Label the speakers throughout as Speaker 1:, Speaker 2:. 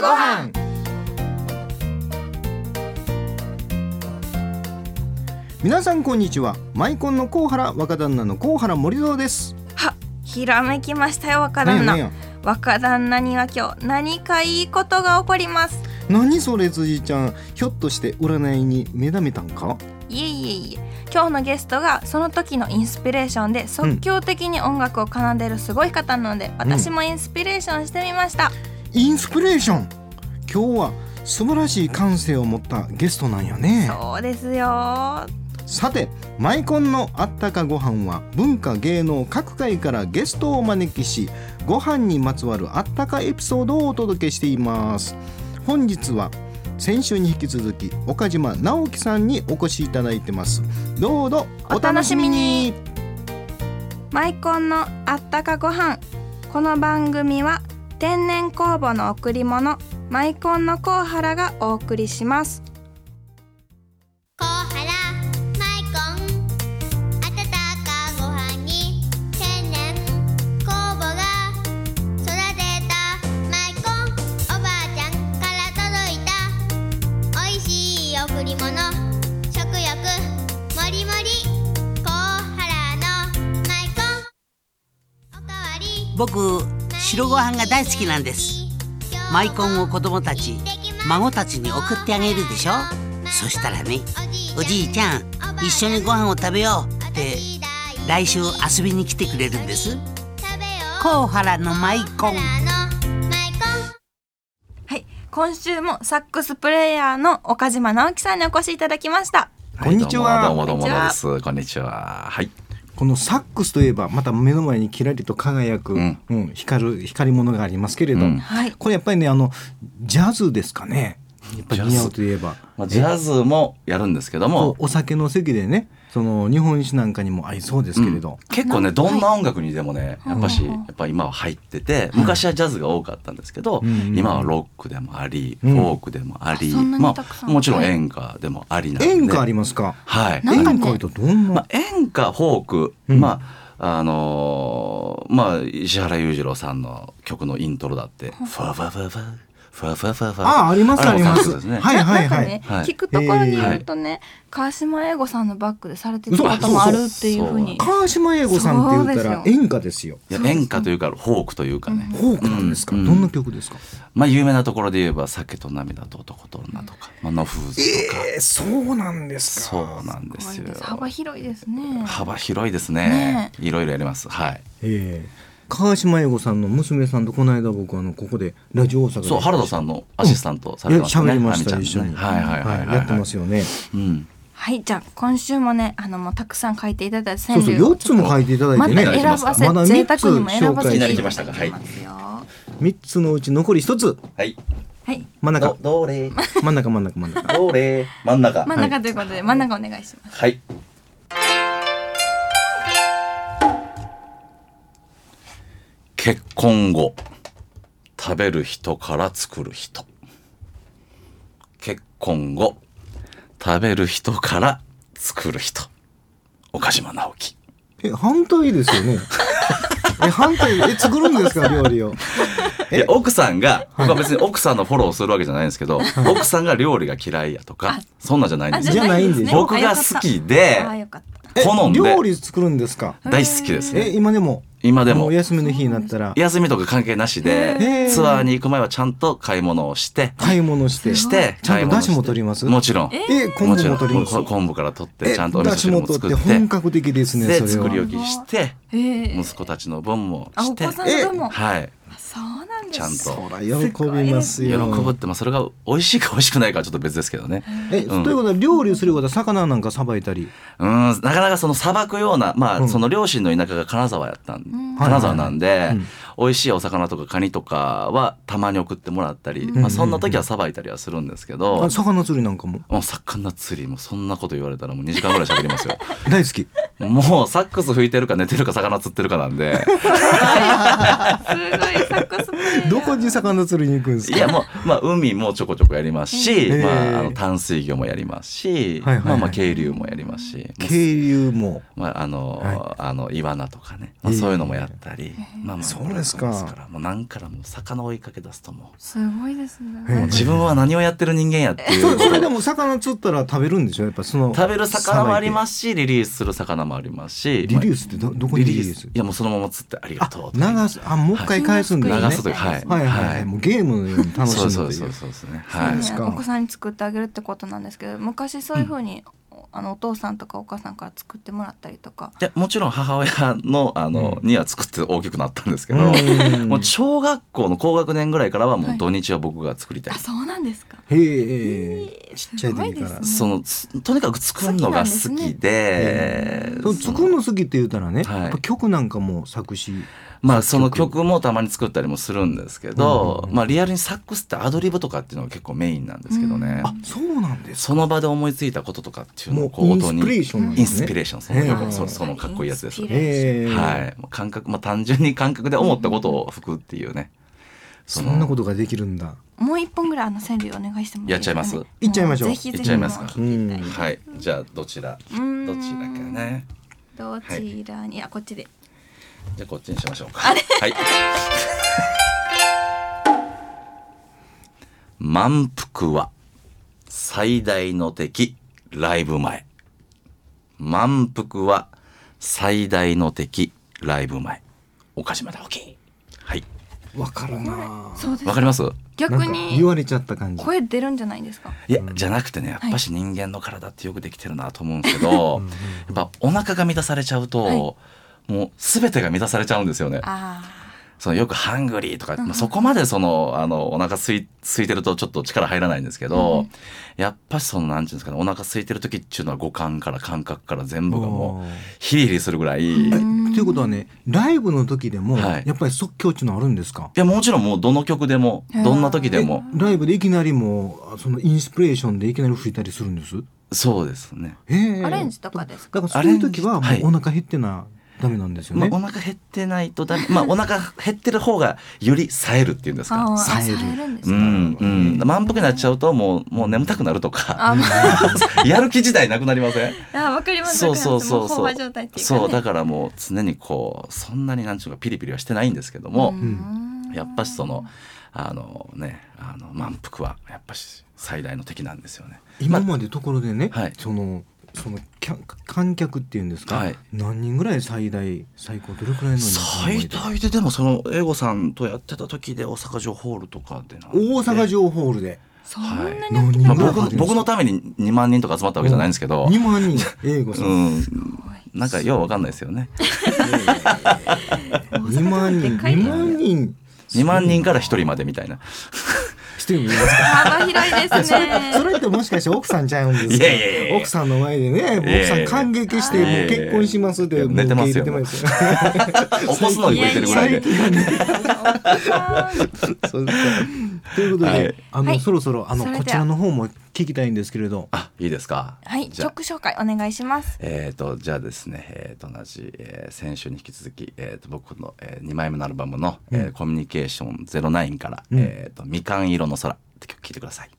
Speaker 1: ごはん
Speaker 2: 皆さんこんにちはマイコンの高原若旦那の高原森蔵です
Speaker 1: はひらめきましたよ若
Speaker 2: 何
Speaker 1: 旦那
Speaker 2: や何や
Speaker 1: 若旦那には今日何かいいことが起こります
Speaker 2: 何それ辻ちゃんひょっとして占いに目覚めたんか
Speaker 1: いえいえいえ今日のゲストがその時のインスピレーションで即興的に音楽を奏でるすごい方なので、私もインスピレーションしてみました、
Speaker 2: インスピレーション今日は素晴らしい感性を持ったゲストなんよね
Speaker 1: そうですよ
Speaker 2: さてマイコンのあったかご飯は文化芸能各界からゲストをお招きしご飯にまつわるあったかエピソードをお届けしています本日は先週に引き続き岡島直樹さんにお越しいただいてますどうぞお楽しみに
Speaker 1: マイコンのあったかご飯この番組は天然酵母の贈り物マイコンのコウハラがお送りします
Speaker 3: 小原マイコン温かご飯に天然酵母が育てたマイコンおばあちゃんから届いたおいしい贈り物食欲もりもり小原のマイコンおかわり
Speaker 4: 僕白ご飯が大好きなんですマイコンを子供たち孫たちに送ってあげるでしょそしたらねおじいちゃん一緒にご飯を食べようって来週遊びに来てくれるんです
Speaker 3: 食べよう
Speaker 4: 甲原のマイコ
Speaker 3: 小原
Speaker 4: ン
Speaker 3: のマイコン
Speaker 1: はい今週もサックスプレイヤーの岡島直樹さんにお越しいただきました
Speaker 2: こんにちは
Speaker 5: どうもどうも
Speaker 1: こ
Speaker 5: どう
Speaker 1: ん
Speaker 5: も
Speaker 1: に
Speaker 5: です。こんにちは。はい。
Speaker 2: このサックスといえばまた目の前にキラリと輝く、う
Speaker 5: うんん
Speaker 2: 光る光り物がありますけれど、
Speaker 5: うん
Speaker 1: はい
Speaker 2: これやっぱりねあのジャズですかねやっぱり似合うといえば
Speaker 5: まあジャズもやるんですけど
Speaker 2: こ
Speaker 5: も、
Speaker 2: うお酒の席でねその日本酒なんかにも合いそうですけれど、
Speaker 5: 結構ねどんな音楽にでもね、やっぱしやっぱ今は入ってて、昔はジャズが多かったんですけど、
Speaker 2: うん
Speaker 5: 今はロックでもあり、
Speaker 2: うん
Speaker 5: フォークでもあり、
Speaker 1: あそんなに
Speaker 5: ま
Speaker 1: たくさ
Speaker 5: あ
Speaker 1: ん
Speaker 5: もちろん演歌でもありなんで、
Speaker 2: 演歌ありますか
Speaker 5: はい。
Speaker 1: なんか
Speaker 2: 演
Speaker 1: ね
Speaker 2: 歌とどんな、
Speaker 5: まあ演歌フォーク、
Speaker 2: うん
Speaker 5: まああのーまあ石原裕次郎さんの曲のイントロだって、ファファファファファファファファ。
Speaker 2: ああありますありま
Speaker 5: れもサック
Speaker 2: す
Speaker 5: スですね。
Speaker 2: はいは
Speaker 1: なん
Speaker 2: いは
Speaker 1: か
Speaker 2: い、
Speaker 1: ね、
Speaker 5: はい
Speaker 1: 聞くところによるとね、川島英語さんのバックでされてる
Speaker 2: そう
Speaker 1: 方もあるっていうふうに
Speaker 2: 川島英語さんって言ったら
Speaker 1: そうです
Speaker 2: 演歌ですよ
Speaker 5: いや演歌というかフォークというかね、
Speaker 2: フォークなんですか、
Speaker 5: うん
Speaker 2: どんな曲ですか、
Speaker 5: まあ有名なところで言えば「酒と涙と男と女」とか「まあ、ノフーズ」とか、
Speaker 2: えー、そうなんですか
Speaker 5: そうなんですよ
Speaker 1: 幅広いですね
Speaker 5: 幅広いですね
Speaker 1: ね
Speaker 5: いろいろやりますはい
Speaker 2: ええ川島英語さんの娘さんとこの間僕あのここでラジオ大阪で
Speaker 5: そう原田さんのアシスタントされてました
Speaker 2: いや
Speaker 5: ね
Speaker 2: 喋りまし
Speaker 5: 亜
Speaker 2: た
Speaker 5: 美
Speaker 2: 一
Speaker 5: ち
Speaker 2: 緒
Speaker 5: ゃんね
Speaker 2: に
Speaker 5: はいはいはいはい
Speaker 2: やってますよね
Speaker 5: うん
Speaker 1: はいじゃあ今週もねあのもうたくさん書いていただいた
Speaker 2: そ
Speaker 1: 川
Speaker 2: うそう
Speaker 1: 柳を
Speaker 2: 四つも書いていただい
Speaker 1: ま
Speaker 2: てね
Speaker 1: た選ばせ、
Speaker 2: まだ
Speaker 1: 贅
Speaker 2: 三つ
Speaker 1: 沢にも選ばせて
Speaker 2: 紹介
Speaker 5: いただきましたかはい
Speaker 1: ますよは
Speaker 2: 三つのうち残り一つ
Speaker 5: はい
Speaker 1: い
Speaker 2: 真ん中
Speaker 5: どどれ
Speaker 2: 真ん中真ん中真ん中
Speaker 5: どれ真ん中
Speaker 1: 真ん中ということで真ん中お願いします
Speaker 5: はい結婚後食べる人から作る人結婚後食べる人から作る人岡島直樹
Speaker 2: え反対です よねえ反対え作るんですか料理を
Speaker 5: いや奥さんが僕は別に奥さんのフォローをするわけじゃないんですけど、奥さんが料理が嫌いやとかそんなんじゃないんです
Speaker 2: じゃ
Speaker 5: よ
Speaker 2: あないんですね
Speaker 5: 僕が好きで
Speaker 1: あよかった
Speaker 2: え
Speaker 5: 好んで
Speaker 2: 料理作るんですか
Speaker 5: 大好きです
Speaker 2: え
Speaker 5: ね
Speaker 2: 今でも
Speaker 5: 今で
Speaker 2: お
Speaker 5: も
Speaker 2: 休みの日になったら
Speaker 5: 休みとか関係なし
Speaker 2: へ
Speaker 5: で
Speaker 2: ー
Speaker 5: ツアーに行く前はちゃんと買い物をして
Speaker 2: 買い物して
Speaker 5: して
Speaker 2: ちゃんと
Speaker 5: 買い物
Speaker 2: 出汁も取ります
Speaker 5: もちろん
Speaker 2: え昆
Speaker 5: もち
Speaker 2: 布
Speaker 5: ろ
Speaker 2: も
Speaker 5: ん
Speaker 2: 取ります
Speaker 5: こ昆布から取って
Speaker 2: え
Speaker 5: ちゃんとお味噌汁も作
Speaker 2: 出汁
Speaker 5: っ
Speaker 2: も取って本
Speaker 5: て
Speaker 2: 格的ですね
Speaker 5: で
Speaker 2: そ
Speaker 5: 作り
Speaker 2: れは
Speaker 5: 置きして
Speaker 1: えー
Speaker 5: 息子たちの分も
Speaker 1: あ
Speaker 5: し
Speaker 1: お
Speaker 5: て
Speaker 1: 子さんの分も
Speaker 5: はい
Speaker 1: そうなんです
Speaker 5: ちゃんと
Speaker 2: ほら喜びます
Speaker 5: 喜
Speaker 2: よ
Speaker 5: ぶってまあそれが美味しいか美味しくないかはちょっと別ですけどね
Speaker 2: えと
Speaker 5: うん
Speaker 2: いうことは料理することは魚なんかさばいたり
Speaker 5: うんなかなかそのさばくようなま
Speaker 2: うん
Speaker 5: あその両親の田舎が金沢やったん金沢なん
Speaker 2: い
Speaker 5: で
Speaker 2: うん
Speaker 5: 美味しいお魚とかカニとかはたまに送ってもらったりまあそんな時はさばいたりはするんですけど
Speaker 2: あ魚釣りなんかも
Speaker 5: もう魚釣りもそんなこと言われたらもう2時間ぐらい喋りますよ
Speaker 2: 大好き
Speaker 5: もうサックス吹いてるか寝てるか魚釣ってるかなんで
Speaker 1: すごいサックスプレイヤー
Speaker 2: どこに魚釣りに行くんです
Speaker 5: い
Speaker 2: か
Speaker 5: やもう、まあ、海もちょこちょこやりますし、
Speaker 2: うん
Speaker 5: まあ、あ
Speaker 2: へ
Speaker 5: の
Speaker 2: え
Speaker 5: 淡水魚もやりますし、
Speaker 2: はいはいはい
Speaker 5: まあまあ渓流もやりますし。
Speaker 2: 渓流も
Speaker 5: まあ、あの、
Speaker 2: は
Speaker 5: あの、イワナとかね、
Speaker 2: え
Speaker 5: まあ、そういうのもやったり、まあまあ、
Speaker 2: そうですねですか
Speaker 5: ですからもう何からもう魚を追いかけ出すとも
Speaker 1: すごいです
Speaker 5: う
Speaker 1: ね。
Speaker 2: へ
Speaker 5: もう自分は何をやってる人間やっていう
Speaker 2: それそれでも魚釣ったら食べるんでしょやっぱその
Speaker 5: 食べる魚もありますすしリリースする魚もあります
Speaker 2: リ
Speaker 5: し
Speaker 2: リースってどどこにリリース
Speaker 5: いやもうそのまま釣ってありが
Speaker 2: あ
Speaker 5: とうと
Speaker 2: 流すあもう一回返すんだよね、
Speaker 5: 流
Speaker 1: はい
Speaker 5: すというはい
Speaker 2: はいはいはい、もうゲームのように楽し
Speaker 5: そ
Speaker 2: む
Speaker 5: う
Speaker 2: と
Speaker 5: そ
Speaker 2: いうう
Speaker 5: そうそうですね
Speaker 1: そう
Speaker 5: はい
Speaker 1: ね
Speaker 2: ですか
Speaker 1: お子さんに作ってあげるってことなんですけど昔そういうふうに、あのお父さんとかお母さんから作ってもらったりとか
Speaker 5: いやもちろん母親のあの、には作って大きくなったんですけど、
Speaker 2: うん
Speaker 5: もう小学校の高学年ぐらいからはも
Speaker 1: は
Speaker 5: う
Speaker 1: い
Speaker 5: 土日は僕が作りたい、
Speaker 1: あそうなんですか
Speaker 2: へえちっちゃい
Speaker 1: す
Speaker 2: 時
Speaker 1: ごいで
Speaker 2: か
Speaker 1: す
Speaker 2: ら
Speaker 1: ね
Speaker 5: そのつとにかく作るのが好きで
Speaker 2: その作るの好きって言うたらね、
Speaker 5: はい
Speaker 2: やっぱ曲なんかも作詞
Speaker 5: まあその曲もたまに作ったりもするんですけど、
Speaker 2: うん
Speaker 5: まあリアルにサックスってアドリブとかっていうのが結構メインなんですけどね、
Speaker 2: あそうなんです
Speaker 5: その場で思いついたこととかっていうの
Speaker 2: も
Speaker 5: を
Speaker 2: う
Speaker 5: こう
Speaker 2: イン
Speaker 5: 音
Speaker 2: ス
Speaker 5: に
Speaker 2: ピレーションなん
Speaker 5: イ
Speaker 2: で
Speaker 5: ン
Speaker 2: す
Speaker 5: ス
Speaker 2: ね
Speaker 5: ピレーションそ
Speaker 2: へ
Speaker 5: の
Speaker 2: ー
Speaker 5: そそのかっこいいやつです
Speaker 1: インスピレーション
Speaker 2: へえ
Speaker 5: はい、もう感覚、まあ、単純に感覚で思ったことを吹くっていうね。。
Speaker 2: そんなこととができるんだ
Speaker 1: もう一本ぐらいあの川柳お願いしてもいいですか、ね、
Speaker 5: やっちゃいます
Speaker 2: いっちゃいましょう
Speaker 1: ぜひぜ
Speaker 5: いっ
Speaker 1: ひ
Speaker 5: ちゃいますか
Speaker 1: もう
Speaker 2: うん
Speaker 5: はい、じゃあ、どちら、
Speaker 1: うーん
Speaker 5: どちらかね。
Speaker 1: どちらに、あこっちで
Speaker 5: じゃあ、こっちにしましょうか。はい。満腹は最大の敵ライブ前満腹は最大の敵ライブ前岡島直樹はい
Speaker 2: わかるな
Speaker 1: そうです
Speaker 5: わかります
Speaker 1: 逆
Speaker 2: なんか言
Speaker 1: に
Speaker 2: われちゃった感じ
Speaker 1: 声出るんじゃないですか
Speaker 5: いやじゃなくてねやっぱし人間の体ってよくできてるなと思うんですけど、やっぱお腹が満たされちゃうと、
Speaker 1: はい
Speaker 5: もう全てが満たされちゃうんですよね。
Speaker 1: あ
Speaker 5: そのよくハングリーとか、まあ、そこまでそのあのお腹空い空いてるとちょっと力入らないんですけど、やっぱしそのなんていうんですかねお腹空いてる時っていうのは五感から感覚から全部がもうヒリヒリするぐらい。
Speaker 1: あ
Speaker 5: い
Speaker 2: ということはねライブの時でも
Speaker 5: はい
Speaker 2: やっぱり即興っていうのはあるんですか
Speaker 5: やもちろんもうどの曲でも
Speaker 1: へー
Speaker 5: どんな時でも
Speaker 2: ライブでいきなりもうそのインスピレーションでいきなり吹いたりするんです
Speaker 5: そうですね。
Speaker 2: ア
Speaker 1: アレンジとかですか
Speaker 2: だからそういう時は
Speaker 5: アレンジ
Speaker 2: もうお腹減ってなダメなんですよ
Speaker 5: まあ
Speaker 2: ね、
Speaker 5: お腹減ってないとダメ、まあお腹減ってる方がより冴えるっていうんですか
Speaker 1: あ。
Speaker 2: 冴
Speaker 1: さ
Speaker 2: え
Speaker 1: え
Speaker 2: る
Speaker 1: るんです
Speaker 5: う
Speaker 1: か、
Speaker 5: んうん、満腹になっちゃうともうもう眠たくなるとか
Speaker 1: あ、まあ
Speaker 5: やる気自体なくなりません
Speaker 1: あ、わかります。
Speaker 5: そうそうそう
Speaker 1: わ
Speaker 5: そ
Speaker 1: か
Speaker 5: う
Speaker 1: りますもう飽和状態っていうか、ね。
Speaker 5: そうだからもう常にこうそんなになんちゅうかピリピリはしてないんですけども、
Speaker 1: うん
Speaker 5: やっぱしそのあのねあの満腹はやっぱし最大の敵なんですよね。
Speaker 2: 今までところでね、
Speaker 5: はい
Speaker 2: そのそのきゃ観客っていうんですか、
Speaker 5: はい
Speaker 2: 何人ぐらい最大最高どれくらいの人数
Speaker 5: 最大ででもその英語さんとやってた時で大阪城ホールとかでなんで
Speaker 2: 大阪城ホールで
Speaker 1: そんなに
Speaker 5: はい
Speaker 1: 大き
Speaker 5: ま
Speaker 1: な
Speaker 5: あ、
Speaker 1: の、
Speaker 2: 何
Speaker 5: 僕の僕のために2万人とか集まったわけじゃないんですけど、
Speaker 2: 2万人英語さん、
Speaker 5: うん、なんかようわかんないですよね。
Speaker 2: 2万人
Speaker 1: でかいね
Speaker 2: 2万人
Speaker 5: 2万人から1人までみたいな。
Speaker 2: 一人もいますか
Speaker 1: 幅広いですね。
Speaker 2: それってもしかして奥さんちゃうんですか
Speaker 5: いやいやいやいや
Speaker 2: 奥さんの前でね
Speaker 5: いやい
Speaker 2: 奥
Speaker 5: や
Speaker 2: さ
Speaker 5: い
Speaker 2: ん
Speaker 5: や
Speaker 2: 感激して
Speaker 5: いやい
Speaker 2: もう
Speaker 5: やいや
Speaker 2: 結婚しますって
Speaker 5: いや
Speaker 2: もう
Speaker 5: 寝てますよ
Speaker 2: 受け入れて ますよ
Speaker 5: 起こすのに向いてるぐらいで。
Speaker 2: そうですかということで、
Speaker 5: はい
Speaker 2: あの、
Speaker 1: はい
Speaker 2: そろそろあの
Speaker 1: それでは
Speaker 2: こちらの方も聞きたいんですけれど
Speaker 5: あ、いいですか。
Speaker 1: はい、
Speaker 5: じゃあ
Speaker 1: 曲紹介お願いします。
Speaker 5: えっ、と、じゃあですね、えっ、と、同じ、えー先週に引き続き、えっ、と、僕の、えー、2枚目のアルバムの、えーコミュニケーション09から、
Speaker 2: うん
Speaker 5: えっ、と、みかん色の空って曲聴いてください。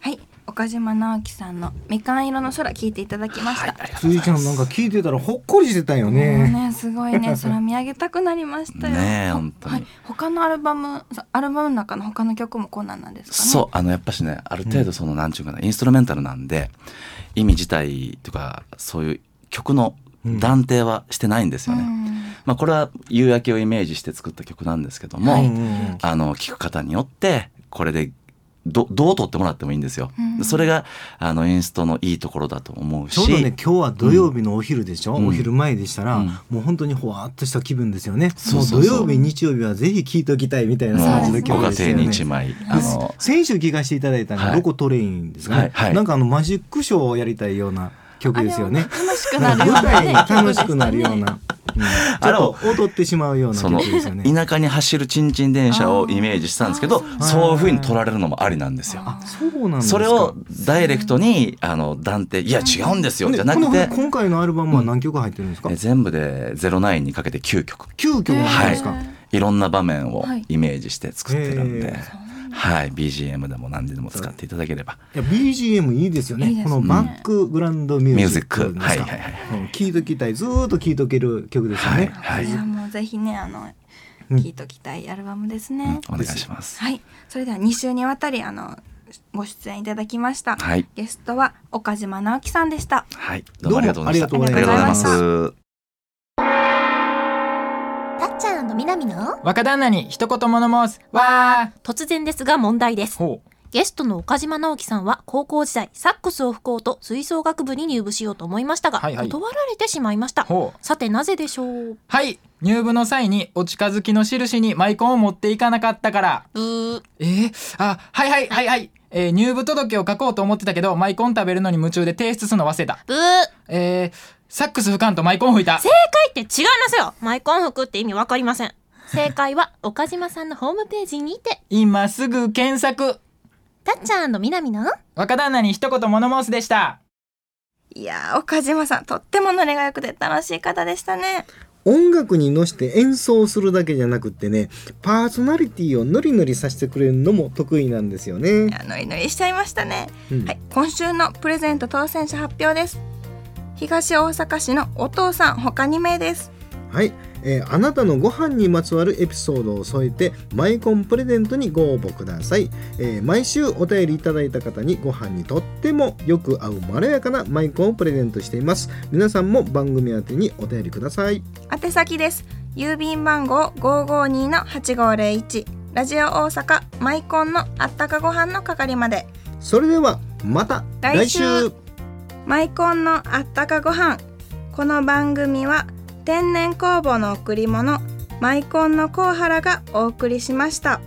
Speaker 1: はい、岡島直樹さんのみかん色の空聞いていただきました。
Speaker 5: ありがとう
Speaker 2: 辻
Speaker 5: ござ
Speaker 2: ち
Speaker 5: い
Speaker 2: ゃ
Speaker 5: ま
Speaker 2: んなんか聞いてたらほっこりしてたよね
Speaker 1: もうね、すごい ね、空見上げたくなりましたよ。
Speaker 5: ねえ本当に
Speaker 1: はい、他のアルバム、そうアルバムの中の他の曲もこんなんなんですかね。
Speaker 5: す。そう、あの、やっぱしね、ある程度、その、なんちゅうかな、インストゥルメンタルなんで、意味自体とか、そういう曲の断定はしてないんですよね。
Speaker 1: ん
Speaker 5: まあ、これは夕焼けをイメージして作った曲なんですけども、
Speaker 1: はい
Speaker 2: うん
Speaker 5: あの聞く方によってこれでどどう撮ってもらってもいいんですよ。
Speaker 1: うん
Speaker 5: それがあのインストのいいところだと思うし
Speaker 2: ちょうどね今日は土曜日のお昼でしょ、
Speaker 5: うん
Speaker 2: お昼前でしたら、
Speaker 5: うん
Speaker 2: もう本当にほわっとした気分ですよね、
Speaker 5: そうそうそう
Speaker 2: もう土曜日日曜日はぜひ聴いておきたいみたいな
Speaker 5: も
Speaker 2: 感じ
Speaker 5: う
Speaker 2: の
Speaker 5: ご
Speaker 2: 曲です
Speaker 5: 家
Speaker 2: よ
Speaker 5: 庭に
Speaker 2: ね
Speaker 5: 一枚あの
Speaker 2: 先週聞かせていただいたの
Speaker 5: は
Speaker 2: が
Speaker 5: い
Speaker 2: ロコトレインですかね、
Speaker 5: はいはい
Speaker 2: なんかあのマジックショーをやりたいような曲ですよね
Speaker 1: あれは楽しくな
Speaker 2: 舞
Speaker 1: るようなね
Speaker 2: 台に楽しくなるような、うんち
Speaker 5: あれ
Speaker 2: ょ
Speaker 5: を
Speaker 2: っと踊ってしまうような
Speaker 5: そ
Speaker 2: 曲
Speaker 5: の
Speaker 2: ですよね
Speaker 5: 田舎に走るチンチン電車をイメージしたんですけど
Speaker 1: あ
Speaker 2: ー
Speaker 5: そういう風に撮られるのもありなんですよ。
Speaker 2: あそうなんですか
Speaker 5: それをダイレクトにあの断定いや違うんですよ
Speaker 2: で
Speaker 5: じゃなく
Speaker 2: こ
Speaker 5: て
Speaker 2: の今回のアルバムは何曲入ってるんですか、
Speaker 5: え全部で「09」にかけて9曲
Speaker 2: 9曲
Speaker 1: へー
Speaker 2: 入ってるん
Speaker 5: は
Speaker 2: で
Speaker 5: い
Speaker 2: すか、
Speaker 5: いろんな場面を
Speaker 1: はい
Speaker 5: イメージして作ってるんで。
Speaker 1: そう
Speaker 2: へー
Speaker 1: なんだ
Speaker 5: はい BGM でも何でも使っていただければ
Speaker 2: いや BGM いいですよね
Speaker 1: いいですね
Speaker 2: このバックグラウンドミュージック
Speaker 5: ミュージックはい
Speaker 2: ですか
Speaker 5: はいは
Speaker 2: うん聴いときたいずーっと聴いとける曲ですよね、
Speaker 5: は
Speaker 1: れ
Speaker 5: い
Speaker 1: はもうぜひねあの
Speaker 2: うん
Speaker 1: 聞いときたいアルバムですね、
Speaker 5: お願いします
Speaker 1: はいそれでは2週にわたりあのご出演いただきました、
Speaker 5: はい
Speaker 1: ゲストは岡島直樹さんでした
Speaker 5: はいどうもありがとうございました
Speaker 2: どうもありがとうございました
Speaker 5: ありがとうございます
Speaker 6: たっちゃんとみなみの
Speaker 7: 若旦那に一言物申すわ
Speaker 6: 突然ですが問題です
Speaker 7: ーほう
Speaker 6: ゲストの岡島直樹さんは高校時代サックスを吹こうと吹奏楽部に入部しようと思いましたが、
Speaker 7: はいはい
Speaker 6: 断られてしまいました
Speaker 7: ほう
Speaker 6: さてなぜでしょう
Speaker 7: はい入部の際にお近づきの印にマイコンを持っていかなかったから
Speaker 6: ブー
Speaker 7: えー、あはいはいはいはい、えー入部届を書こうと思ってたけどマイコン食べるのに夢中で提出するの忘れた
Speaker 6: ブー正
Speaker 7: えー、サックス吹かんとマイコン吹いた
Speaker 6: 解って違いますよマイコン服って意味わかりません正解は岡島さんのホームページにて
Speaker 7: 今すぐ検索
Speaker 6: たっちゃんとみなみの
Speaker 7: 若旦那に一言物申すでした
Speaker 1: いやー岡島さんとってもノリが良くて楽しい方でしたね
Speaker 2: 音楽に乗せて演奏するだけじゃなくってねパーソナリティをノリノリさせてくれるのも得意なんですよ
Speaker 1: い
Speaker 2: ね、
Speaker 1: やノリノリしちゃいましたね
Speaker 2: うん
Speaker 1: はい、今週のプレゼント当選者発表です。東大阪市のお父さん他2名です。
Speaker 2: はい、えーあなたのご飯にまつわるエピソードを添えてマイコンプレゼントにご応募ください、えー毎週お便りいただいた方にご飯にとってもよく合うまろやかなマイコンをプレゼントしています皆さんも番組宛てにお便りください
Speaker 1: 宛先です。郵便番号552の8501ラジオ大阪マイコンのあったかご飯の係まで。
Speaker 2: それではまた
Speaker 1: 来週マイコンのあったかご飯この番組は天然酵母の贈り物マイコンのコウハラがお送りしました。